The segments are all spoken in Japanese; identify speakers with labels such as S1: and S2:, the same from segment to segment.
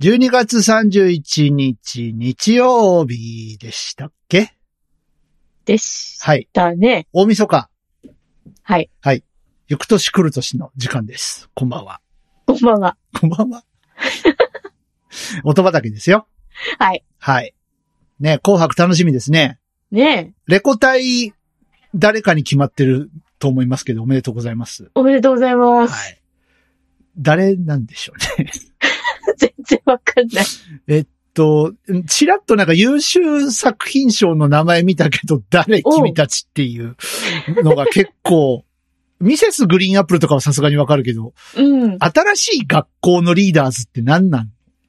S1: 12月31日日曜日でしたっけ
S2: でし
S1: はい。
S2: たね。
S1: 大晦日、
S2: はい。
S1: 行く年来る年の時間です。こんばんは。
S2: こんばんは。
S1: こんば んは。音畑ですよ。
S2: はい。
S1: はい。ね、紅白楽しみですね。
S2: ねえ、
S1: レコ大、誰かに決まってると思いますけど、おめでとうございます。
S2: おめでとうございます。
S1: い。誰なんでしょうね。
S2: 全然わかんない。
S1: と、ちらっとなんか優秀作品賞の名前見たけど、誰
S2: おう
S1: 君たちっていうのが結構、 ミセスグリーンアップルとかはさすがにわかるけど、
S2: うん。
S1: 新しい学校のリーダーズって何なんっ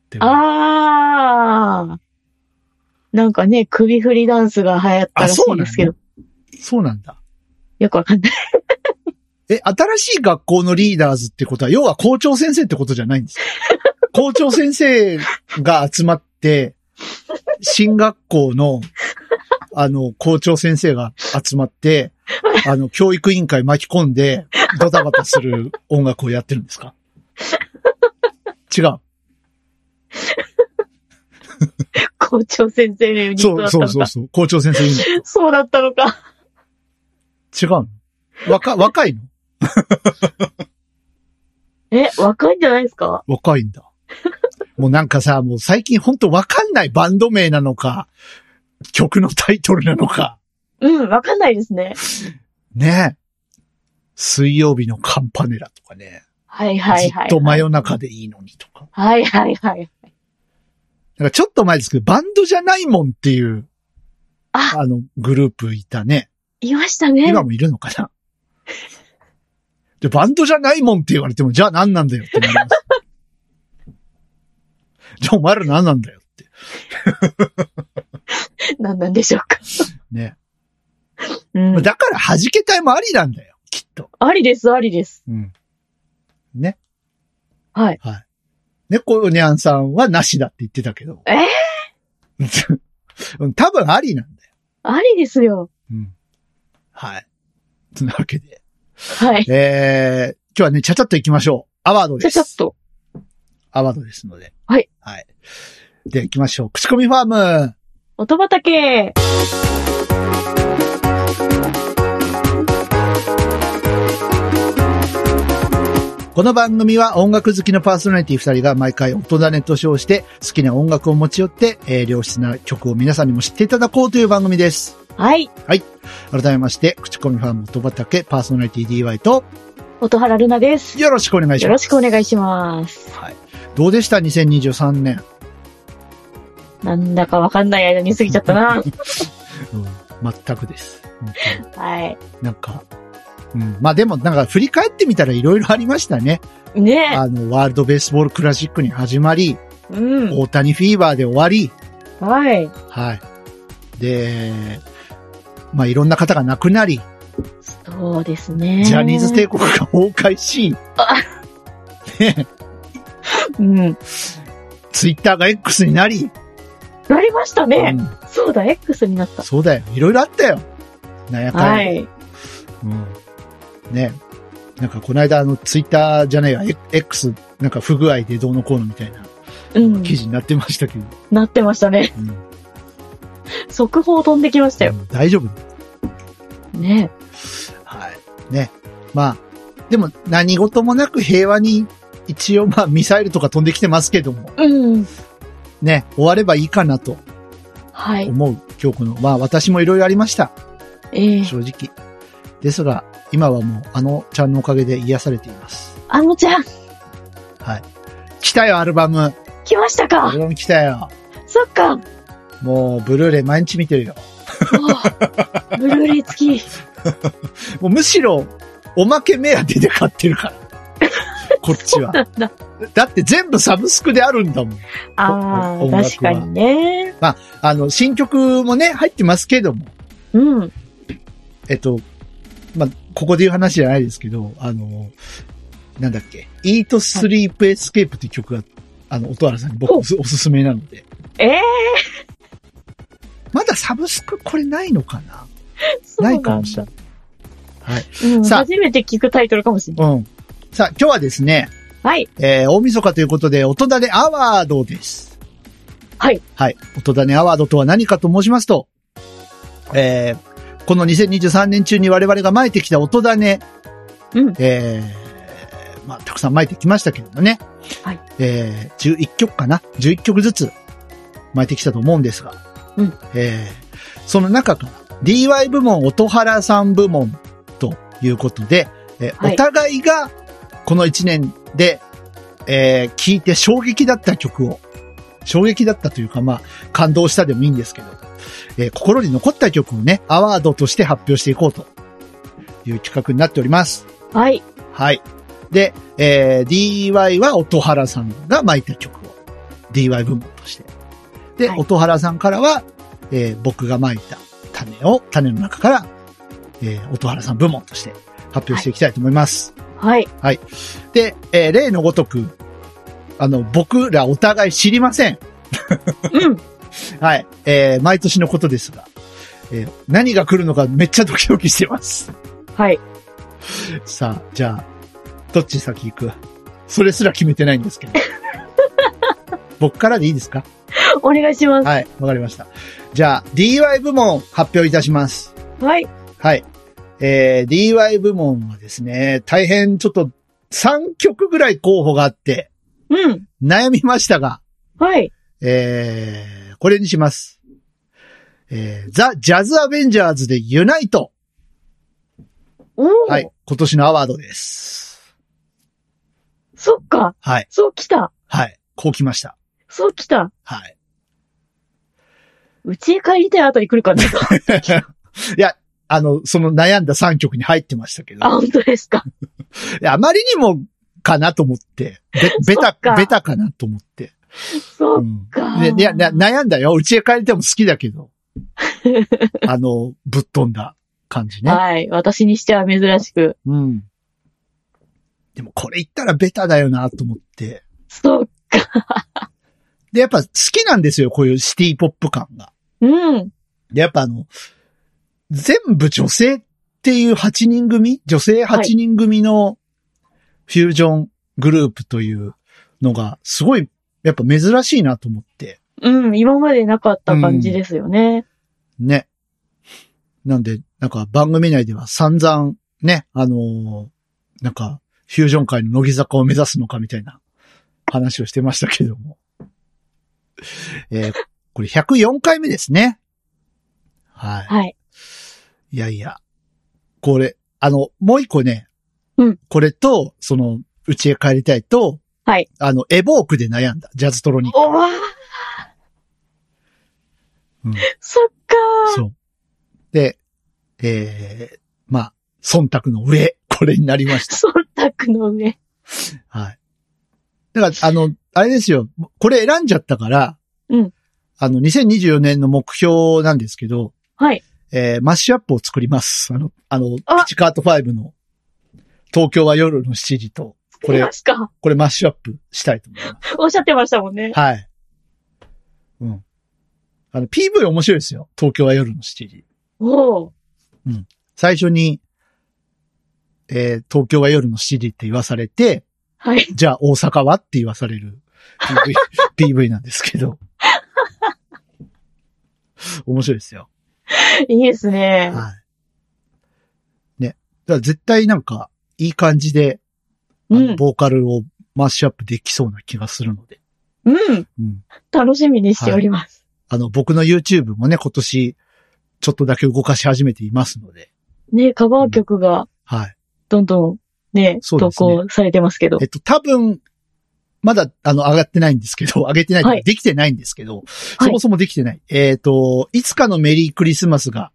S1: て思う
S2: あー。なんかね、首振りダンスが流行ったらしいですけ
S1: あ
S2: ど、
S1: そうなんだ。
S2: よくわかんない。
S1: え、新しい学校のリーダーズってことは、要は校長先生ってことじゃないんです か校長先生が集まって、新学校の、あの、校長先生が集まって、あの、教育委員会巻き込んで、ドタバタする音楽をやってるんですか違う。
S2: 校長先生のユニッ
S1: そ
S2: トだ
S1: う
S2: った
S1: そ
S2: の
S1: う
S2: か。
S1: そうそう。校長先生いいの
S2: そうだったのか。
S1: 違うの若、若いの
S2: え、若いんじゃないですか
S1: 若いんだ。 もうなんかさ、もう最近ほんとわかんないバンド名なのか、曲のタイトルなのか、
S2: うん、わかんないですね。
S1: ねえ水曜日のカンパネラとかね。
S2: はいはいはい。
S1: ずっと真夜中でいいのにとか。
S2: はいはいはい。
S1: なんかちょっと前ですけど、バンドじゃないもんっていう、
S2: あ
S1: あの、グループいたね。
S2: いましたね。
S1: 今もいるのかなで、バンドじゃないもんって言われても、じゃあ何なんだよってなり ます。じゃあお前ら何なんだよって。
S2: 何なんでしょうか。
S1: ね。
S2: うん。
S1: だから弾けたいもありなんだよ、きっと。
S2: ありです、ありです。
S1: うん。ね。
S2: はい。
S1: はい。猫にゃんさんはなしだって言ってたけど。
S2: え
S1: うん多分ありなんだよ。
S2: ありですよ。
S1: うん。はい。そんなわけで。
S2: はい。
S1: えー、今日はね、ちゃちゃっと行きましょう。アワード
S2: ち
S1: で
S2: ゃちゃっ
S1: す。
S2: と。
S1: アワードですので。
S2: はい。
S1: はい。で、行きましょう。口コミファーム。
S2: 音畑
S1: この番組は音楽好きのパーソナリティ二人が毎回音種と称して好きな音楽を持ち寄って、えー良質な曲を皆さんにも知っていただこうという番組です。
S2: はい。
S1: 改めまして、口コミファーム音畑パーソナリティ DY と
S2: 音原ルナです。
S1: よろしくお願いし
S2: よ
S1: ま
S2: ろ
S1: す。
S2: しくお願いします。
S1: どうでした ?2023 年。
S2: なんだかわかんない間に過ぎちゃっ たな。
S1: うん、全くです。本当に
S2: はい。
S1: なんか、うん、まあでもなんか振り返ってみたらいろいろありましたね。
S2: ね
S1: あの、ワールドベースボールクラシックに始まり、
S2: え。うん。
S1: 大谷フィーバーで終わり、
S2: はい。
S1: はい。で、まあいろんな方が亡くなり、
S2: そうですね。
S1: ジャニーズ帝国が崩壊し、ね、
S2: うん。
S1: ツイッターが X になり、
S2: なりましたね。
S1: うん
S2: そうだ、X になった。
S1: そうだよ。いろいろあったよ。なんやかんや。
S2: はい。
S1: うん。ね。なんかこの間あのツイッターじゃないや、エ X なんか不具合でどうのこうのみたいな
S2: うん。
S1: 記事になってましたけど。
S2: なってましたね。
S1: うん
S2: 速報飛んできましたよ。
S1: うん大丈夫
S2: ね
S1: はい。ね。まあ、でも何事もなく平和に一応まあミサイルとか飛んできてますけども、
S2: え。うん。
S1: ね、終わればいいかなと
S2: はい。
S1: 思う今日この、まあ私もいろいろありました。
S2: ええ。
S1: 正直。ですが、今はもうあのちゃんのおかげで癒されています。
S2: あのちゃん、
S1: はい。来たよ、アルバム。
S2: 来ました
S1: ア
S2: か
S1: ルバム来たよ。
S2: そっ か。も
S1: もう、ブルーレイ毎日見てるよ。
S2: うブルーレイ付き。
S1: もうむしろ、おまけ目当てで買ってる から。こっちは。
S2: なんだ。
S1: だって全部サブスクであるんだもん。
S2: あ
S1: 音楽
S2: あ、
S1: は
S2: 確かにね。
S1: あの、新曲もね、入ってますけども。
S2: うん。
S1: えっと、まあ、ここで言う話じゃないですけど、あの、なんだっけ、Eat Sleep Escape っていう曲が、あの、音原さんに僕
S2: ほう
S1: おすおすすめなので。
S2: ええ
S1: まだサブスクこれないのかな
S2: そう
S1: なんい
S2: だ
S1: かもしれない。
S2: うん、
S1: さあ
S2: 初めて聞くタイトルかもしれない。
S1: うん。さあ、今日はですね、
S2: はい。
S1: えー大晦日ということで、音種アワードです。
S2: はい。
S1: はい。音種アワードとは何かと申しますと、えーこの2023年中に我々が撒いてきた音種、
S2: うん
S1: えーまあ、たくさん撒いてきましたけれどね。
S2: はい。
S1: えー11曲かな ?11 曲ずつ撒いてきたと思うんですが、
S2: うん
S1: えーその中から、DY 部門、音原さん部門ということで、えー
S2: はい
S1: お互いがこの1年で、えー聞いて衝撃だった曲を、衝撃だったというか、まあ、感動したでもいいんですけど、えー心に残った曲をね、アワードとして発表していこうという企画になっております。
S2: はい。
S1: はい。で、えー DY は音原さんが巻いた曲を DY 部門として。で、
S2: はい
S1: 音原さんからは、えー僕が巻いた種を、種の中から、えー音原さん部門として発表していきたいと思います。
S2: はい。
S1: で、えー例のごとく、あの、僕らお互い知りません。
S2: うん。
S1: はい。えー毎年のことですが、えー何が来るのかめっちゃドキドキしてます。
S2: はい。
S1: さあ、じゃあ、どっち先行くそれすら決めてないんですけど。僕からでいいですか
S2: お願いします。
S1: はい、わかりました。じゃあ、DY 部門発表いたします。
S2: はい。
S1: はい。えー、DY 部門はですね、大変ちょっと3曲ぐらい候補があって、
S2: うん。
S1: 悩みましたが、
S2: はい。
S1: えー、これにします。えー、ザ・ジャズ・アベンジャーズでユナイト。
S2: おお、
S1: はい。今年のアワードです。
S2: そっか。
S1: はい。
S2: そう来た。
S1: はい。こう来ました。
S2: そう来た。
S1: はい。
S2: うちへ帰りたいあたり来るかな。
S1: いや、あの、その悩んだ3曲に入ってましたけど、
S2: あ、本当ですか。
S1: いやあまりにもかなと思って、 べ、ベ
S2: そ
S1: タ
S2: っか、
S1: ベタかなと思って。
S2: そううんか。
S1: でいや、な悩んだよ。うちへ帰りても好きだけ ど。あの、ぶっ飛んだ感じね。
S2: はい。私にしては珍しく。
S1: うん。でもこれ言ったらベタだよなと思って。
S2: そう。
S1: で、やっぱ好きなんですよ。こういうシティポップ感が。
S2: うん。
S1: で、やっぱあの、全部女性っていう8人組女性8人組のフュージョングループというのが、すごい、やっぱ珍しいなと思って、
S2: うん。今までなかった感じですよね。
S1: ね。なんで、なんか番組内では散々、ね、あのーなんか、フュージョン界の乃木坂を目指すのかみたいな話をしてましたけども。 えーこれ104回目ですね。はい。
S2: はい。
S1: いやいや。これ、あの、もう一個ね。
S2: うん
S1: これと、その、うちへ帰りたいと、
S2: はい。
S1: あの、エボークで悩んだ。ジャズトロニッ
S2: おわー
S1: うん
S2: そっか
S1: ク。そう。で、えー、まあ、忖度の上、これになりまし
S2: ー。忖度の上。
S1: た。はい。だから、あの、あれですよ。これ選んじゃったから、
S2: うん
S1: あの、2024年の目標なんですけど、
S2: はい。
S1: えーマッシュアップを作ります。あの、あの、ピ
S2: あ
S1: チカート5の、東京は夜の7時と、これ
S2: 出ま、すか。
S1: これマッシュアップしたいと思います。
S2: おっしゃってましたもんね。
S1: はい。うん。あの、PV 面白いですよ。東京は夜の7時。
S2: おお。
S1: 最初に、えー東京は夜の7時って言わされて、
S2: はい。
S1: じゃあ大阪はって言わされる PV, PV なんですけど。面白いですよ。
S2: いいですね。
S1: はい。ね。だから絶対なんか、いい感じで、あ
S2: う
S1: の
S2: ん。
S1: ボーカルをマッシュアップできそうな気がするので。
S2: うん。
S1: うん。
S2: 楽しみにしております。
S1: あの、僕の YouTube もね、今年、ちょっとだけ動かし始めていますので。
S2: ね、カバー曲が
S1: はい。
S2: どんどんね、
S1: そう
S2: 投
S1: ですね
S2: 稿されてますけど
S1: えっ。と、多分、まだ、あの、上がってないんですけど、上 げてない、
S2: はい
S1: できてないんですけど、そもそもできてない。えっ、と、いつかのメリークリスマスが、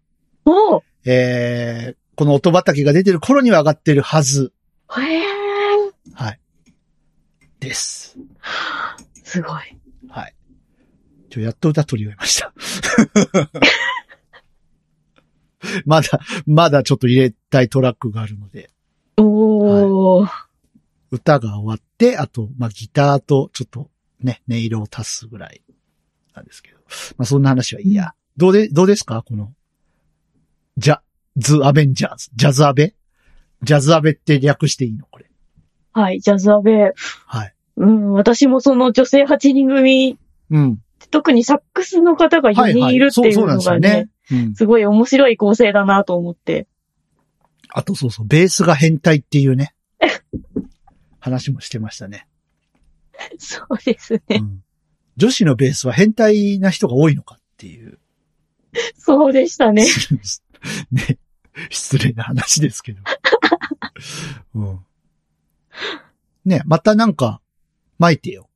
S2: おお。
S1: えー、この音畑が出てる頃には上がってるはず
S2: へえ。
S1: です。
S2: すごい。
S1: はい。ちょ、やっと歌取り終えました。 まだ、まだちょっと入れたいトラックがあるので、
S2: おお、
S1: 歌が終わって、あと、まあ、ギターと、ちょっと、ね、音色を足すぐらいなんですけど。まあ、そんな話はいいや。どうで、どうですかこの、ジャズ・アベンジャーズ。ジャズ・アベジャズ・アベって略していいのこれ。
S2: はい、ジャズアベ。
S1: はい。
S2: うん、私もその女性8人組、
S1: うん。
S2: 特にサックスの方が
S1: は
S2: 4
S1: い
S2: 人
S1: はい
S2: るって
S1: そう
S2: いう
S1: そうなん
S2: の
S1: ですよ
S2: が
S1: ね
S2: ね、。
S1: うん。
S2: すごい面白い構成だなと 思って。
S1: あとそうそう、ベースが変態っていう ね。話もしてましたね。
S2: そうです
S1: う
S2: ね。
S1: ん、女子のベースは変態な人が多いのかっていう。
S2: そうでしたね。
S1: ね。失礼な話ですけど。 うん。ね、またなんか、巻いてよ。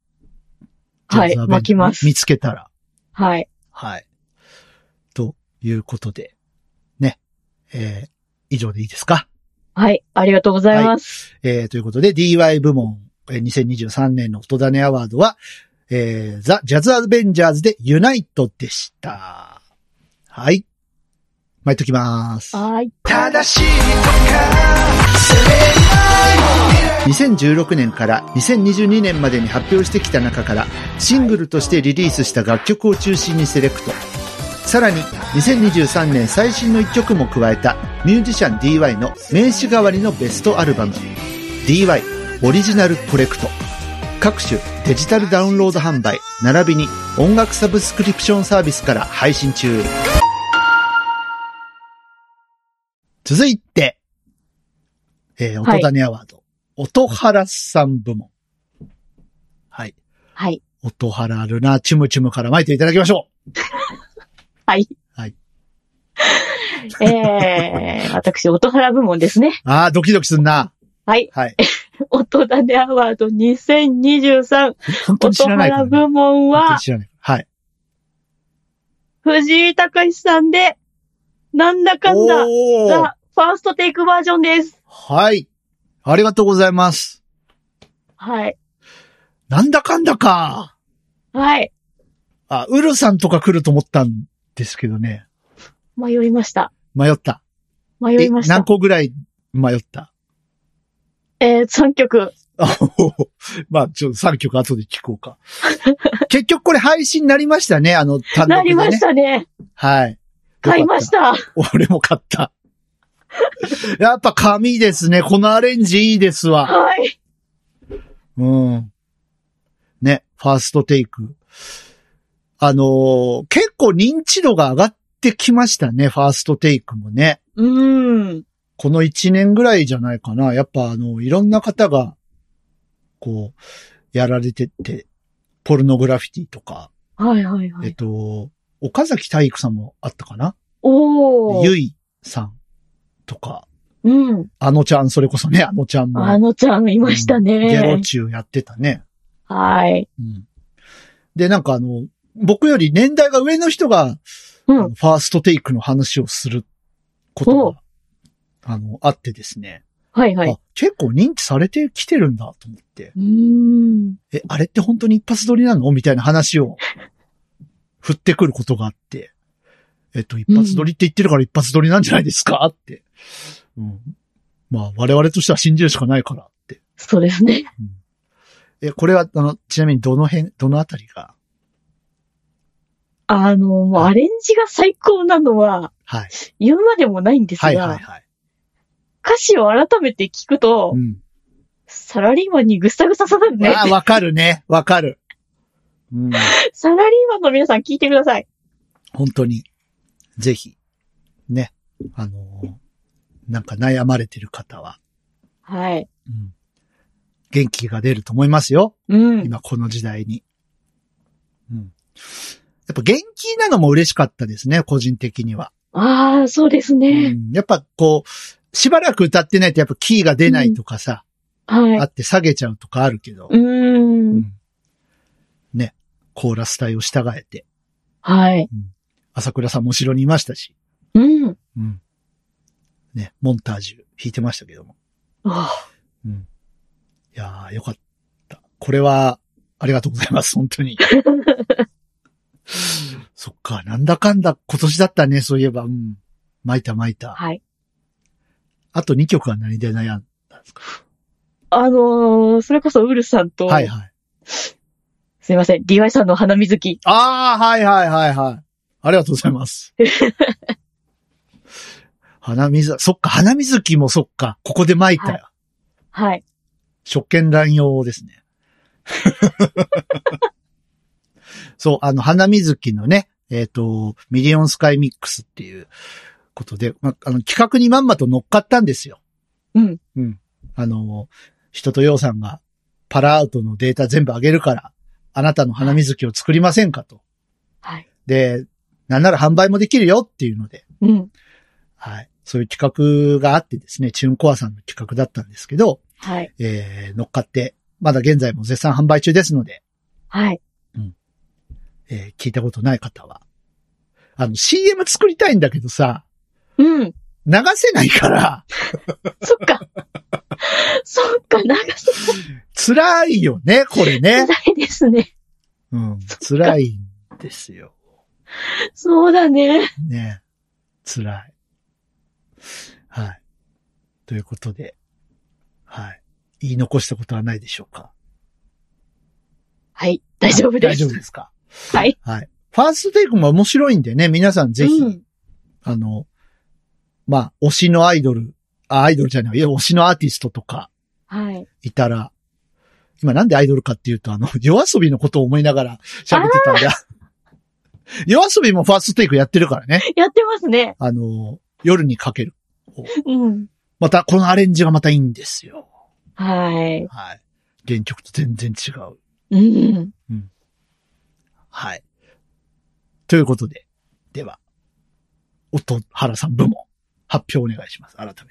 S2: はい
S1: ジャズアベン
S2: 巻きます
S1: 見つけたら。
S2: はい。
S1: はい。ということで、ね。えー以上でいいですか
S2: はい。ありがとうございます。
S1: えーということで、DY 部門、えー2023年の音種アワードは、えー、ザ・ジャズ・アベンジャーズでユナイトでした。はい。巻いときます。
S2: はい。
S1: 正しい2016年から2022年までに発表してきた中からシングルとしてリリースした楽曲を中心にセレクトさらに2023年最新の1曲も加えたミュージシャン DY の名刺代わりのベストアルバム DY オリジナルコレクト各種デジタルダウンロード販売並びに音楽サブスクリプションサービスから配信中続いて、えー、
S2: は
S1: 音
S2: い
S1: 種アワード、音原さん部門。はい。
S2: はい。
S1: 音原ルナチュムチュムから巻いていただきましょ
S2: はい。
S1: はい。
S2: えー、私、音原部門ですね。
S1: う。ああ、ドキドキすんな。
S2: はい。
S1: はい。
S2: 音種アワード2023。
S1: 本当に知
S2: 音
S1: らないから
S2: 原
S1: ね、
S2: 部門
S1: 本当
S2: は
S1: に、知らない。はい。
S2: 藤井隆さんで、なんだかんだ、
S1: おー
S2: ザ・ファーストテイクバージョンです。
S1: はい。ありがとうございます。
S2: はい。
S1: なんだかんだか。
S2: はい。
S1: あ、ウルさんとか来ると思ったんですけどね。
S2: 迷いました。
S1: 迷った。
S2: 迷いまし
S1: え何
S2: た。
S1: 個ぐらい迷った
S2: えー、3曲。
S1: あおおまあ、ちょ、3曲後で聞こう か。結局これ配信になりましたね、あの、単
S2: な
S1: 独で
S2: りまし
S1: ね。
S2: たね。
S1: はい。
S2: 買いまし
S1: よ
S2: た。
S1: かった。俺も買 った。やっぱ紙ですね。このアレンジいいですわ。
S2: はい。
S1: うん。ね、ファーストテイク。あのー結構認知度が上がってきましたね、ファーストテイクもね。
S2: うーん。
S1: この1年ぐらいじゃないかな。やっぱあの、いろんな方が、こう、やられてって、ポルノグラフィティとか、
S2: はいはいは
S1: えっ
S2: い。
S1: と、岡崎体育さんもあったかな
S2: おー。
S1: ゆいさんとか、
S2: うん。
S1: あのちゃん、それこそね、あのちゃんも。
S2: あのちゃんいました
S1: うんゲロ
S2: ね。
S1: 中やってたね。
S2: はい。
S1: うん。で、なんかあの、僕より年代が上の人が、
S2: うん
S1: あのファーストテイクの話をすることが、あの、あってですね、
S2: はいはい。
S1: あ。結構認知されてきてるんだと思って、
S2: うーん。
S1: え、あれって本当に一発撮りなのみたいな話 を振ってくることがあって、えっと、一発撮りって言ってるから一発撮りなんじゃないですかって。うん。まあ、我々としては信じるしかないからって。
S2: そうで すね。
S1: え、これは、あの、ちなみにどの辺、どのあたりが、
S2: あの、もうアレンジが最高なのは、
S1: はい。
S2: 言うまでもないんですが、
S1: はいはいはい。
S2: 歌詞を改めて聞くと、
S1: うん。
S2: サラリーマンにぐさぐさ刺さるね。
S1: あ、わかるね。わかる。うん。
S2: サラリーマンの皆さん聞いてください。
S1: 本当に。ぜひ。ね。あのーなんか悩まれてる方は、
S2: はい。
S1: うん。元気が出ると思いますよ。
S2: うん。
S1: 今この時代に。うん。やっぱ元気なのも嬉しかったですね、個人的には。
S2: ああ、そうです
S1: う
S2: ね。
S1: ん。やっぱこう、しばらく歌ってないとやっぱキーが出ないとかさ、
S2: は
S1: あ
S2: い。
S1: って下げちゃうとかあるけど
S2: う、ーん。
S1: ね。コーラス隊を従えて、
S2: はい。
S1: 朝倉さんも後ろにいましたし、
S2: うん。
S1: うん。ね、モンタージュ弾いてましたけども。
S2: あ
S1: うん。いやー、よかった。これは、ありがとうございます、本当 に。そっか、なんだかんだ今年だったね、そういえば。うん。巻いた巻いた。
S2: はい。
S1: あと2曲は何で悩んだんですか
S2: あのー、それこそウルさんと、
S1: はいはい。
S2: すいません、DY さんの花水木。
S1: あー、はいはいはいはい。ありがとうござい ます。花水、そっか、花水木もそっか、ここで巻いたよ。
S2: はい。
S1: 職権乱用ですね。 そう、あの、花水木のね、えっ、と、ミリオンスカイミックスっていうことで、まあ、あの、企画にまんまと乗っかったんですよ。
S2: うん。
S1: うん。あの、人とようさんがパラアウトのデータ全部あげるから、あなたの花水木を作りませんかと。
S2: はい。
S1: で、なんなら販売もできるよっていうので、
S2: うん。
S1: はい。そういう企画があってですね、チュンコアさんの企画だったんですけど、
S2: はい。
S1: えー、乗っかって、まだ現在も絶賛販売中ですので、
S2: はい。
S1: えー、聞いたことない方は。あの、CM 作りたいんだけどさ、
S2: うん。
S1: 流せないから、
S2: そっか。そっか、流せ
S1: 辛いよね、これね。
S2: ないですね。
S1: うん、辛いんですよ。
S2: そうだね。
S1: ね。辛い。はい。ということで、はい。言い残したことはないでしょうか
S2: はい。大丈夫で
S1: 大
S2: す。
S1: 丈夫ですか
S2: はい。
S1: はい。ファーストテイクも面白いんでね、皆さんぜひ、
S2: うん。
S1: あの、まあ、推しのアイドル、あ、アイドルじゃない、いや、推しのアーティストとか
S2: はい。
S1: いたら、今なんでアイドルかっていうと、あの、 夜遊びのことを思いながら喋ってたんだ。 夜遊びもファーストテイクやってるからね。
S2: やってますね。
S1: あの、夜にかける。
S2: うん。
S1: また、このアレンジがまたいいんですよ。
S2: は
S1: はい。原曲と全然違う。
S2: い。うん。
S1: はい。ということで、では、音原さん部門、発表お願いします。改めて。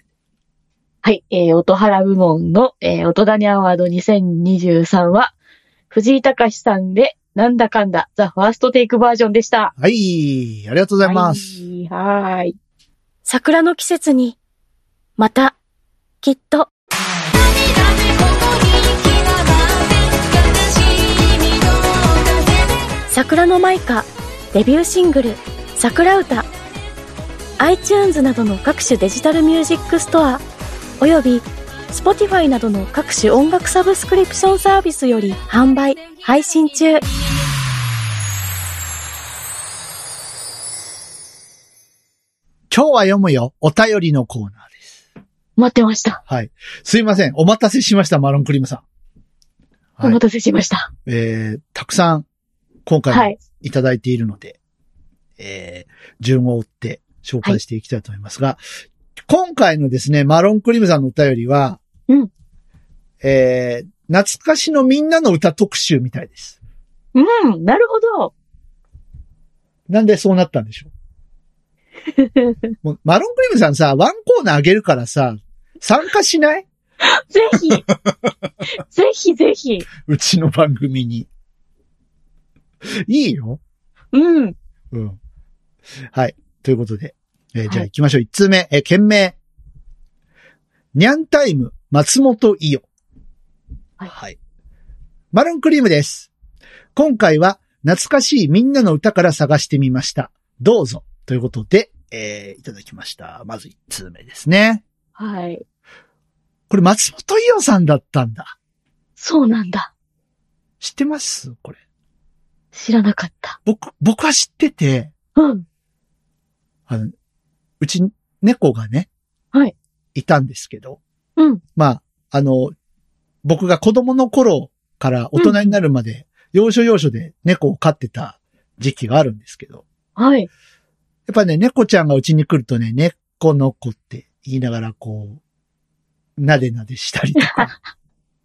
S2: はい。えー、音原部門の、えー、音谷アワード2023は、藤井隆さんで、なんだかんだ、ザ・ファーストテイクバージョンでした。
S1: はい、ありがとうございます。
S2: はい。はーい。
S3: 桜の季節に、また、きっと、桜の舞歌、デビューシングル、桜歌、iTunes などの各種デジタルミュージックストア、および Spotify などの各種音楽サブスクリプションサービスより販売、配信中。
S1: 今日は読むよ、お便りのコーナーです。
S2: 待ってました。
S1: はい。すいません、お待たせしました、マロンクリームさん。
S2: お
S1: はい
S2: 待。たせしました。
S1: えー、たくさん、今
S2: はい。
S1: 回もいただいているので、えー、順を追って紹介していきたいと思いますが、今回のですね、マロンクリームさんのお便りは、
S2: うん
S1: えー、懐かしのみんなの歌特集みたいです。
S2: うん。なるほど。
S1: なんでそうなったんでしょう もうマロンクリームさんさ、ワンコーナーあげるからさ、参加しない
S2: ぜ ひ。ぜひぜひ。
S1: うちの番組に。いいよ。
S2: うん。
S1: うん。はい。ということで。えーじゃ
S2: は
S1: あ
S2: い
S1: 行きましょう。1通目。えー、件名。ニャンタイム、松本伊代。
S2: はい
S1: マロンクリームです。今回は、懐かしいみんなの歌から探してみました。どうぞ。ということで、えーいただきました。まず1通目ですね。
S2: はい。
S1: これ松本伊代さんだったんだ。
S2: そうなんだ。
S1: 知ってますこれ。
S2: 知らなかった。
S1: 僕、僕は知ってて、
S2: うん。
S1: あの、うち猫がね。
S2: はい。
S1: いたんですけど。
S2: うん。
S1: まあ、あの、僕が子供の頃から大人になるまで、要所要所で猫を飼ってた時期があるんですけど。
S2: はい。
S1: やっぱね、猫ちゃんがうちに来るとね、猫の子って言いながらこう、なでなでしたりと か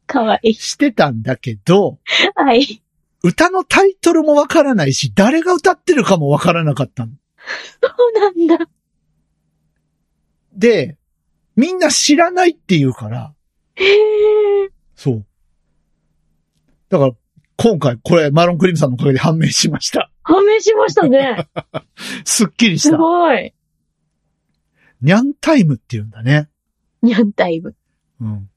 S2: かわい い。
S1: してたんだけど、
S2: はい。
S1: 歌のタイトルもわからないし、誰が歌ってるかもわからなかったん
S2: そうなんだ。
S1: で、みんな知らないって言うから、
S2: へえ。
S1: そう。だから、今回、これ、マロンクリームさんのおかげで判明しました。
S2: 判明しましたね。
S1: すっきりし
S2: す
S1: た。
S2: ごい。
S1: ニャンタイムって言うんだね。
S2: ニャンタイム。
S1: うん。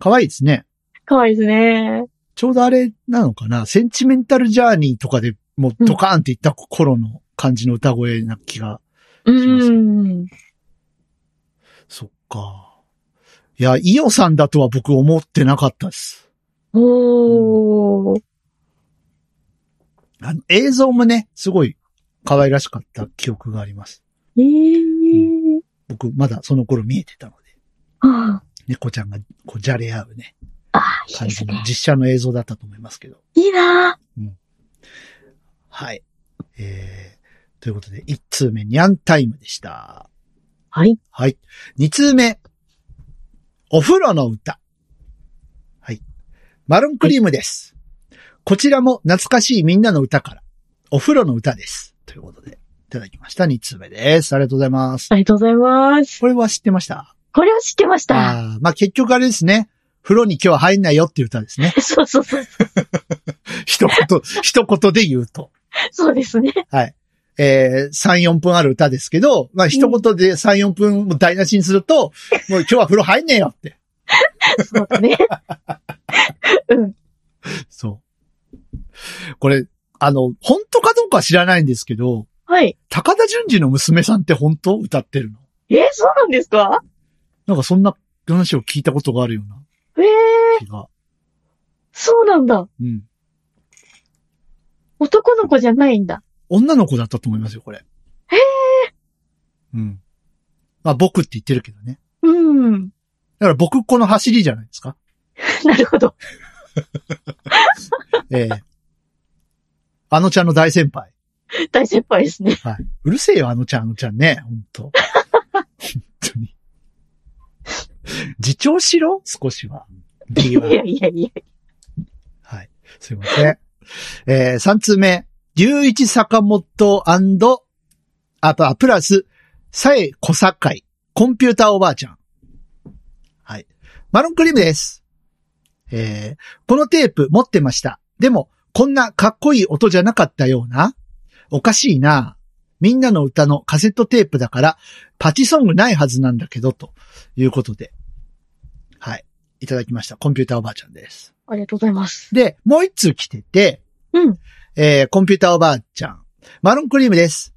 S1: かわいいですね。
S2: かわいいですね。
S1: ちょうどあれなのかな。センチメンタルジャーニーとかでもうドカーンっていった頃の感じの歌声な気が。
S2: う
S1: ます
S2: ん。
S1: そっか。いや、イオさんだとは僕思ってなかったです。
S2: おー。
S1: あの、映像もね、すごい可愛らしかった記憶があります。
S2: えー。
S1: 僕、まだその頃見えてたので。
S2: はあ
S1: 猫ちゃんがこうじゃれ合うね、
S2: ああ、いい
S1: 感
S2: です
S1: じの
S2: ね。
S1: 実写の映像だったと思いますけど。
S2: いいな
S1: はい。えー、ということで、1通目、ニャンタイムでした。
S2: あはい。
S1: はい。2通目、お風呂の歌。はい。マロンクリームです。こちらも懐かしいみんなの歌から、お風呂の歌です。ということで、いただきました。2通目です。ありがとうございます。
S2: ありがとうございます。
S1: これは知ってました
S2: これは知ってました。
S1: あーまあ結局あれですね。風呂に今日は入んないよっていう歌ですね。
S2: そうそうそう。
S1: 一言、一言で言うと。
S2: そうですね。
S1: えー、3、4分ある歌ですけど、まあ、一言で3、4分も台無しにする と、もう今日は風呂入んねえよって。
S2: そうだね。
S1: そう。これ、あの、本当かどうかは知らないんですけど、
S2: はい。
S1: 高田純次の娘さんって本当歌ってるの
S2: えーそうなんですか
S1: なんかそんな話を聞いたことがあるような
S2: えー、
S1: 気が。
S2: そうなんだ。
S1: うん。
S2: 男の子じゃないんだ。
S1: 女の子だったと思いますよ、これ。へえ。うん。まあ、僕って言ってるけどね。
S2: うん。
S1: だから僕この走りじゃないですか。
S2: なるほど。
S1: ええあのちゃんの大先輩。
S2: 大先輩ですね。
S1: はい。うるせえよ、あのちゃん、あのちゃんね。本当 本当に。自重しろ少しは。
S2: い
S1: B は。
S2: やいやいや。
S1: はい。すいません。えー、3通目。龍一坂本あと、あプラス、さえ小堺、コンピューターおばあちゃん。はい。マロンクリームです。えー、このテープ持ってました。でも、こんなかっこいい音じゃなかったような。おかしいな。みんなの歌のカセットテープだから、パチソングないはずなんだけど、ということで。はい。いただきました。コンピューターおばあちゃんです。
S2: ありがとうございます。
S1: で、もう一通来てて、
S2: うん。
S1: えー、コンピューターおばあちゃん。マロンクリームです。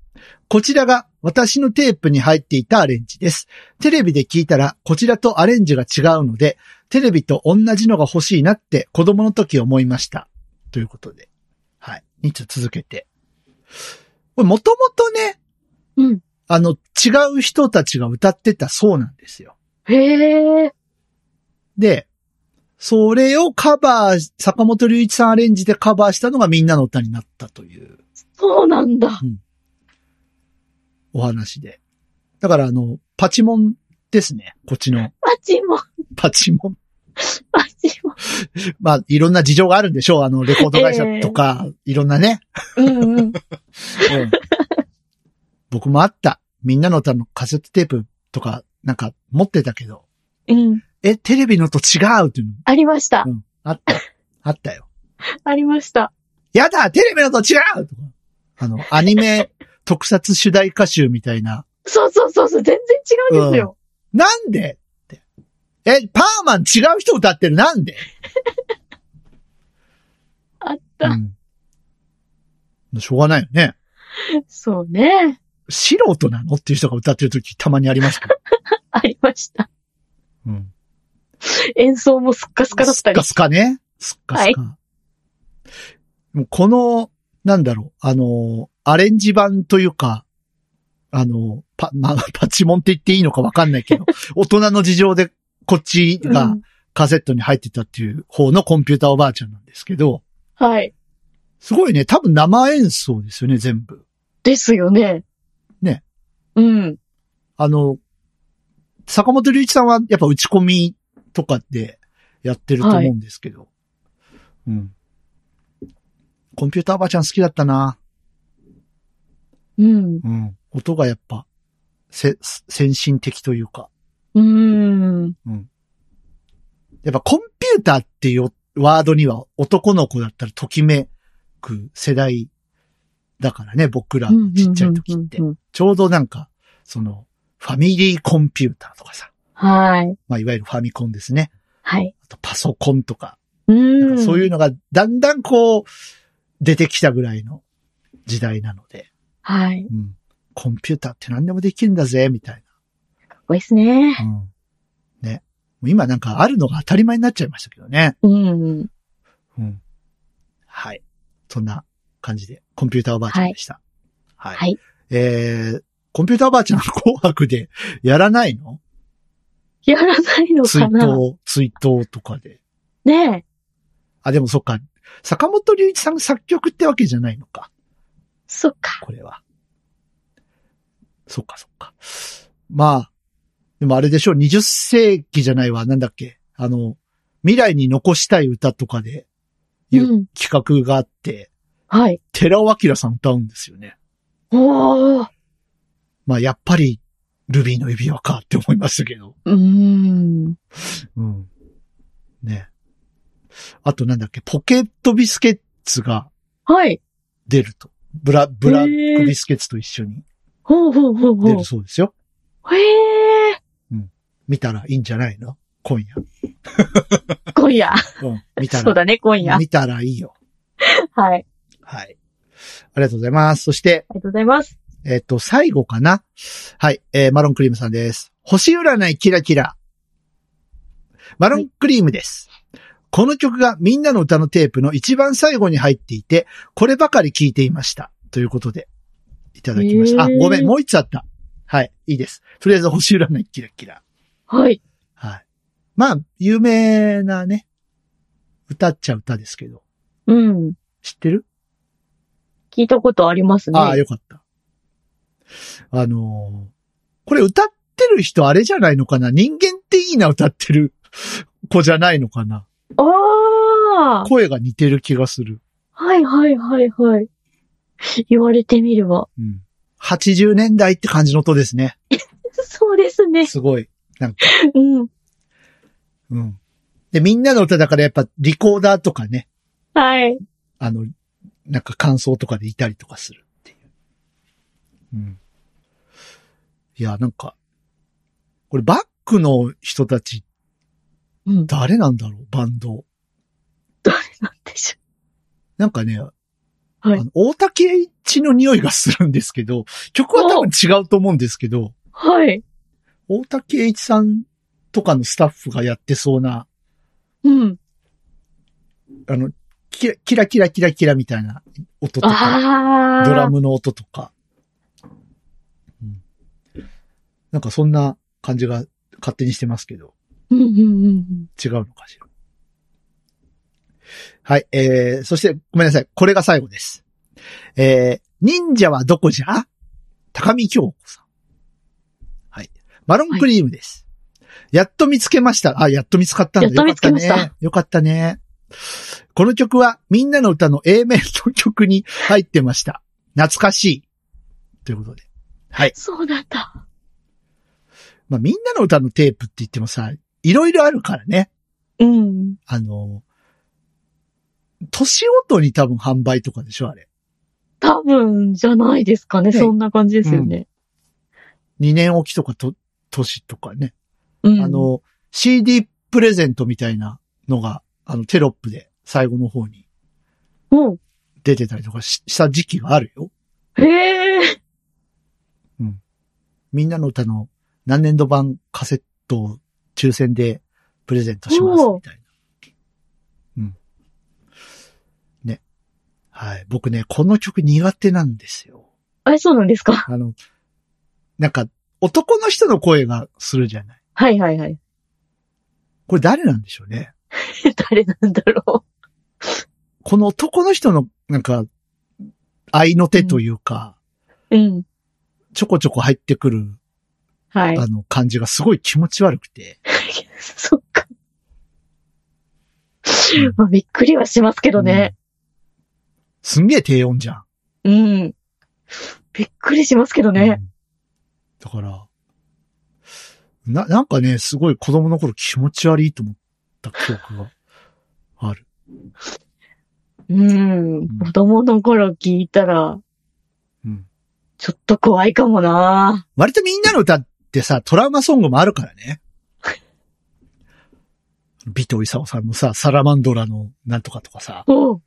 S1: こちらが私のテープに入っていたアレンジです。テレビで聞いたらこちらとアレンジが違うので、テレビと同じのが欲しいなって子供の時思いました。ということで。はい。2通続けて。これもともとね、
S2: うん。
S1: あの、違う人たちが歌ってたそうなんですよ。
S2: へえ。
S1: で、それをカバー、坂本龍一さんアレンジでカバーしたのがみんなの歌になったという
S2: そうなんだ。
S1: お話で。だからあの、パチモンですね。こっちの
S2: パチモン、
S1: パチモン。
S2: パチモン。
S1: まあ、いろんな事情があるんでしょう。あの、レコード会社とか、いろんなね。
S2: うんうん。
S1: うん僕もあった。みんなの歌のカセットテープとか、なんか持ってたけど、
S2: うん。
S1: え、テレビのと違うっていうの。
S2: ありました
S1: う。ん。あった。あったよ。
S2: ありました。
S1: やだテレビのと違うとか。あの、アニ メ特撮主題歌集みたいな。
S2: そうそうそうそう。全然違うんですよ。
S1: なんでって。え、パーマン違う人歌ってるなんで
S2: あっ
S1: う
S2: た。
S1: ん。しょうがないよね。
S2: そうね。
S1: 素人なのっていう人が歌ってる時たまにありますけど。
S2: ありました。
S1: うん。
S2: 演奏もすっかすかだっ
S1: ス
S2: た
S1: ッ
S2: り
S1: カ。スカね。スッカスカ。もうこの、なんだろう、あの、アレンジ版というか、あの、パ、まあ、 パチモンって言っていいのかわかんないけ ど、大人の事情でこっち
S2: う
S1: が
S2: ん、
S1: カセットに入ってたっていう方のコンピューターおばあちゃんなんですけど、
S2: はい。
S1: すごいね、多分生演奏ですよね、全部。
S2: ですよね。
S1: ね。
S2: うん。
S1: あの、坂本龍一さんはやっぱ打ち込みとかでやってると思うんですけど。うん。コンピューターおばあちゃん好きだったな。
S2: うん。
S1: うん。音がやっぱ、せ、先進的というか。
S2: うん。
S1: やっぱコンピューターっていうワードには男の子だったらときめく世代だからね、僕らのちっちゃい時って
S2: うん。うんうんうん。
S1: ちょうどなんか、その、ファミリーコンピューターとかさ、
S2: はい。
S1: まあいわゆるファミコンですね。
S2: はい。
S1: あとパソコンとか、
S2: う
S1: なん
S2: ん。。
S1: かそういううのがだんだんこう、出てきたぐらいの時代なので、
S2: はい。
S1: うん。コンピューターって何でもできるんだぜ、みたい
S2: かっこいいですね。
S1: な。うん。ね。もう今なんかあるのが当たり前になっちゃいましたけどね。
S2: うん。
S1: うん。はい。そんな感じで、コンピューターおばあちゃんでした。はい。
S2: はい
S1: えー、コンピューターおばあちゃん、紅白でやらないの
S2: やらないの
S1: 追
S2: かな
S1: 悼、追悼とかで。
S2: ねえ。
S1: あ、でもそっか。坂本龍一さんの作曲ってわけじゃないのか。
S2: そっか。。
S1: これは。そっかそっか。まあ、でもあれでしょう、20世紀じゃないわ、なんだっけ。あの、未来に残したい歌とかでいううん企画があって、
S2: はい。
S1: 寺尾明さん歌うんですよね。
S2: おー。
S1: まあやっぱり、ルビーの指輪かって思いましたけど。
S2: うーん。
S1: うん。ね。あとなんだっけ、ポケットビスケッツが
S2: はい。
S1: 出ると。ブラ、ブラッ
S2: へ
S1: ク
S2: ー
S1: ビスケッツと一緒に
S2: ほうほうほうほ
S1: 出
S2: う
S1: る。そうですよ。
S2: へえ。
S1: 見たらいいんじゃないの今夜。
S2: 今夜。
S1: うん。見た
S2: そう
S1: ら。
S2: だね、今夜。
S1: 見たらいいよ。
S2: はい。あり
S1: はい。ありがとうございます。そして、
S2: がとうございます。
S1: えっ、と、最後かな。はい。えーマロンクリームさんです。星占いキラキラ。マロンクリームです。この曲がみんなの歌のテープの一番最後に入っていて、こればかり聴いていました。ということで、いただきました。あ、
S2: へー
S1: ごめん、もう一つあった。はい、いいです。とりあえず星占いキラキラ。
S2: はい。
S1: はい。まあ、有名なね、歌っちゃ歌ですけど、
S2: うん。
S1: 知ってる
S2: 聞いたことありますね。
S1: ああ、よかった。あのーこれ歌ってる人あれじゃないのかな人間っていいな歌ってる子じゃないのかな
S2: ああ
S1: 声が似てる気がする。
S2: はいはいはいはい。言われてみれば。
S1: うん。80年代って感じの音ですね。
S2: そうですね。
S1: すごい。
S2: うん。
S1: うん。で、みんなの歌だからやっぱリコーダーとかね、
S2: はい。
S1: あの、なんか感想とかでいたりとかするっていう。うん。いや、なんか、これバックの人たち
S2: うん。
S1: 誰なんだろうバンド。
S2: なんでしょ
S1: なんかね、
S2: う。は
S1: あ
S2: い。
S1: の大竹栄一の匂いがするんですけど、曲は多分違うと思うんですけど、
S2: はい。
S1: 大竹栄一さんとかのスタッフがやってそうな、
S2: うん。
S1: あの、キラキラキラキラキラみたいな音とか、
S2: ああ。
S1: ドラ。ムの音とか、うんなんかそんな感じが勝手にしてますけど、
S2: うんうんうんうん。
S1: 違うのかしら。はい、えー、そしてごめんなさい。これが最後です。えー、忍者はどこじゃ高見京子さん。はい。マロンクリームです。やっと見つけました。あ、やっと見つかったんだ。
S2: やっと見つけまし
S1: よ
S2: た
S1: かったね。よかったね。この曲はみんなの歌の A 面の曲に入ってました。懐かしい。ということで。はい。
S2: そうなんだ。
S1: まあ、みんなの歌のテープって言ってもさ、いろいろあるからね。
S2: うん。
S1: あの、年ごとに多分販売とかでしょあれ。
S2: 多分、じゃないですかね。
S1: ね
S2: そんな感じですよね。
S1: 2年おきとかと、年とかね。
S2: うん。
S1: あ、の、CD プレゼントみたいなのが、あの、テロップで最後の方に
S2: うん。
S1: 出てたりとかしした時期があるよ。
S2: へえ。
S1: みんなの歌の何年度版カセットを抽選でプレゼントします
S2: おう
S1: みたいな。うん。ね。はい。僕ね、この曲苦手なんですよ。
S2: あれ、そうなんですか。
S1: あの、なんか、男の人の声がするじゃない。
S2: はいはいはい。
S1: これ誰なんでしょうね。
S2: 誰なんだろ
S1: この男の人の、なんか、愛の手というか、
S2: う。うん。
S1: ちょこちょこ入ってくる、
S2: はい
S1: あ。の、感じがすごい気持ち悪くて。
S2: そっか
S1: うん。
S2: まあ、びっくりはしますけどね。
S1: すんげえ低音じゃん。
S2: うん。びっくりしますけど
S1: う
S2: ね。
S1: んだから、な、なんかね、すごい子供の頃気持ち悪いと思った記憶がある。
S2: うん。子供の頃聞いたら、
S1: うん。
S2: ちょっと怖いかもな
S1: 割とみんなの歌ってさ、トラウマソングもあるから ね。ビトイサオさんのさ、サラマンドラのなんとかとかさ、
S2: おう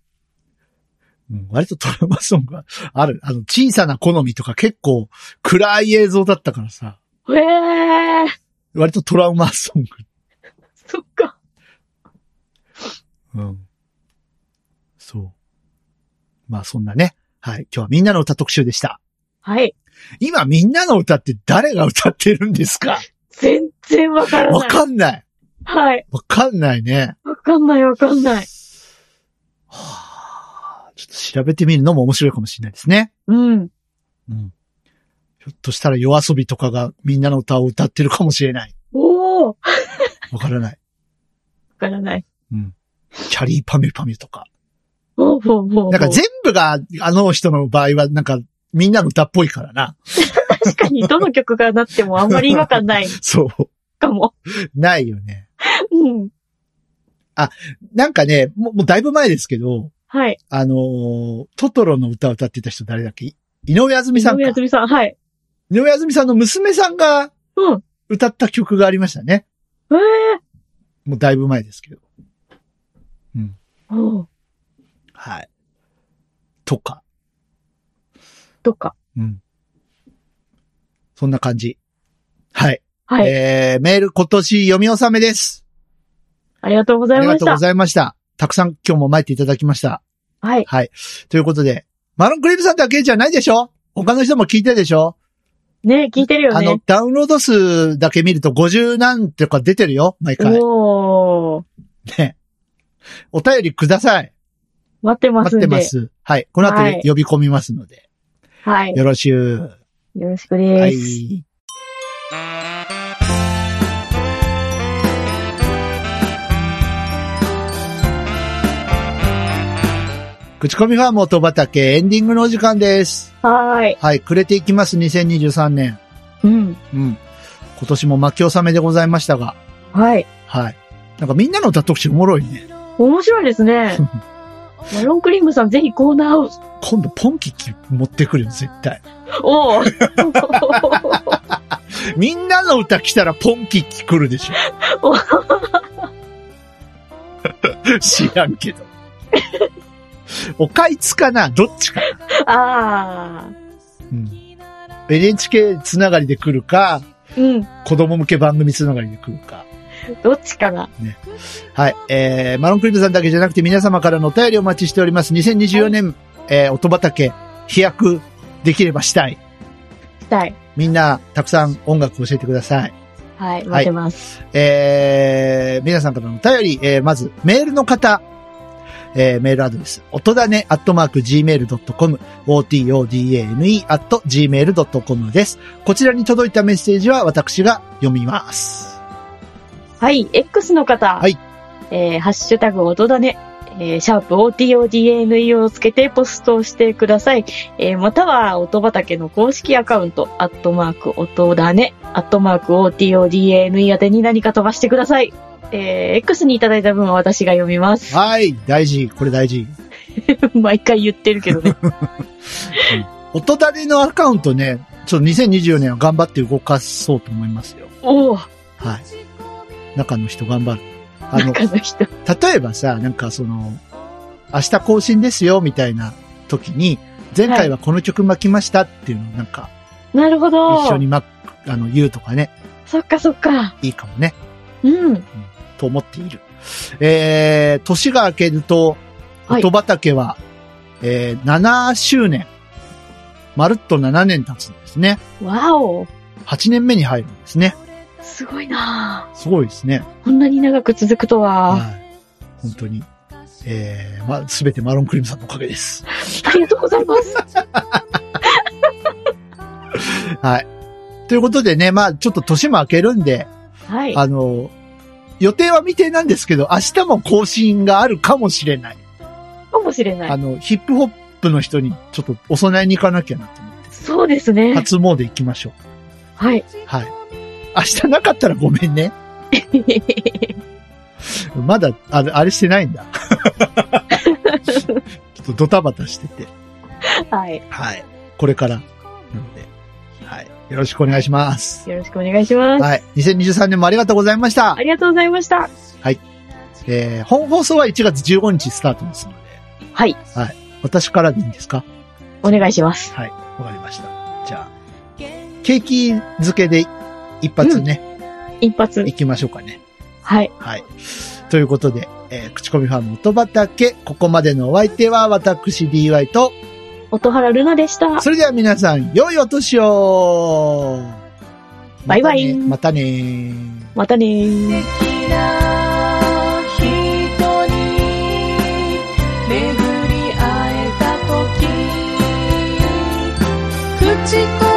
S1: うん割とトラウマソングがある。あの、小さな好みとか結構暗い映像だったからさ、
S2: ええー、
S1: 割とトラウマソング。
S2: そっか。
S1: うん。そう。まあそんなね。はい。今日はみんなの歌特集でした。
S2: はい。
S1: 今みんなの歌って誰が歌ってるんですか
S2: 全然わからない。
S1: わかんない。
S2: はい。
S1: わかんないね。
S2: わかんないわかんない。
S1: はあ、ちょっと調べてみるのも面白いかもしれないですね。
S2: うん。
S1: うん。ひょっとしたら夜遊びとかがみんなの歌を歌ってるかもしれない。
S2: おおわ
S1: わからない。
S2: からない。
S1: キャリーパミュパミュとか。
S2: ほうほうほう。
S1: なんか全部があの人の場合はなんかみんなの歌っぽいからな。
S2: 確かにどの曲がなってもあんまり違和感ない
S1: そう。
S2: かも。
S1: ないよね。
S2: うん。
S1: なんかね、もうもうだいぶ前ですけど、
S2: はい。
S1: あのートトロの歌を歌ってた人誰だっけい井上あずみさん
S2: み
S1: か
S2: や。つみさん、はい。
S1: 井上あずみさんの娘さんが
S2: うん。
S1: 歌った曲がありましたね。
S2: ええ
S1: もうだいぶ前ですけど。
S2: おう
S1: はい。とか。
S2: とか。
S1: うん。そんな感じ。はい。
S2: はい。
S1: えー、メール今年読み納めです。
S2: ありがとうござ
S1: あ
S2: い
S1: り
S2: ま
S1: が
S2: し
S1: とう
S2: た
S1: ご。ざいました。たくさん今日も参っていただきました。
S2: はい。
S1: はい。ということで、マロンクリームさんだけじゃないでしょ他の人も聞いてるでしょ、
S2: ね聞いてるよ
S1: あの
S2: ね。、
S1: ダウンロード数だけ見ると50何とか出てるよ毎回。
S2: おお
S1: ね。お便りください。
S2: 待ってます
S1: 待っ
S2: ん
S1: て
S2: で。
S1: ます。はい。この後
S2: はい
S1: 呼び込みますので。
S2: はい。
S1: よろしゅ
S2: よろしく
S1: う。は
S2: です。
S1: い。口コミファーム音畑エンディングのお時間です。
S2: はーい。
S1: はい。暮れていきます、2023年。
S2: うん。
S1: うん。今年も巻き納めでございましたが。
S2: はい。
S1: はい。なんかみんなの歌特集おもろいね。
S2: 面白いで すね。マロンクリームさん、ぜひコーナーを。
S1: 今度ポンキッキ持ってくるよ、絶対。
S2: おお
S1: みんなの歌来たらポンキッキ来るでしょ
S2: お。
S1: 知らんけど。おかいつかなどっちか。
S2: ああ。
S1: うん。NHK つながりで来るか、
S2: うん。
S1: 子供向け番組つながりで来るか。
S2: どっちかな。
S1: はい。えー、マロンクリームさんだけじゃなくて皆様からのお便りお待ちしております。2024年、えー、音畑、飛躍できればしたい。
S2: したい。
S1: みんな、たくさん音楽教えてください。
S2: はい。待ってます。
S1: えー、皆さんからのお便り、えー、まず、メールの方、えー、メールアドレス、音だね、アットマーク、gmail.com、otodane、アット、gmail.com です。こちらに届いたメッセージは私が読みます。
S2: はい。X の方。
S1: はい。
S2: えー、ハッシュタグ音だね。えー、シャープ OTODANE をつけてポストをしてください。えー、または、音畑の公式アカウント、アットマーク音だね、アットマーク OTODANE 宛てに何か飛ばしてください。えー、X にいただいた分は私が読みます。
S1: はい、大事、これ大事。
S2: 毎回言ってるけど ね。
S1: 音だねのアカウントね、ちょっと2024年は頑張って動かそうと思いますよ。
S2: おー
S1: はい。中の人頑張る。あ の、
S2: 中の人。
S1: 例えばさ、なんかその、明日更新ですよ、みたいな時に、前回はこの曲巻きましたっていうのをなんか、
S2: なるほど。
S1: 一緒にま、あの、言うとかね、
S2: そっかそっか。
S1: いいかもね、
S2: うん。
S1: と思っている。えー、年が明けると、
S2: はい
S1: 音畑は、えー、7周年。まるっと7年経つんですね。
S2: わお。
S1: 8年目に入るんですね。
S2: すごいな
S1: すごいですね。
S2: こんなに長く続くとは。
S1: はい。本当に。えー、ま、すべてマロンクリームさんのおかげです。
S2: ありがとうござ います。
S1: はい。ということでね、まあ、ちょっと年も明けるんで、
S2: はい。
S1: あの、予定は未定なんですけど、明日も更新があるかもしれない。
S2: かもしれな
S1: あ
S2: い。
S1: の、ヒップホップの人にちょっとお供えに行かなきゃなと思って、
S2: そうですね。
S1: 初詣行きましょう。
S2: はい。
S1: はい。明日なかったらごめんね。まだ、あれ、あれしてない んだ。ちょっとドタバタしてて。
S2: はい。
S1: はい。これから。なので、はい。よろしくお願いします。
S2: よろしくお願いします。
S1: はい。2023年もありがとうございました
S2: あ。りがとうございました。
S1: えー、本放送は1月15日スタートですので、
S2: はい。
S1: 私からでいいんですか
S2: お願いします。
S1: はい。わかりました。じゃあ、ケーキ漬けで一発ね、
S2: 一発。
S1: 行きましょうかね。
S2: はい。
S1: はい。ということで、えー、口コミファンの音畑、ここまでのお相手は私 DY と、
S2: 音原ルナでした。
S1: それでは皆さん、良いお年を
S2: バイバイ
S1: またねまたね
S2: またねー。
S4: 素敵な人に巡り会えた時口コ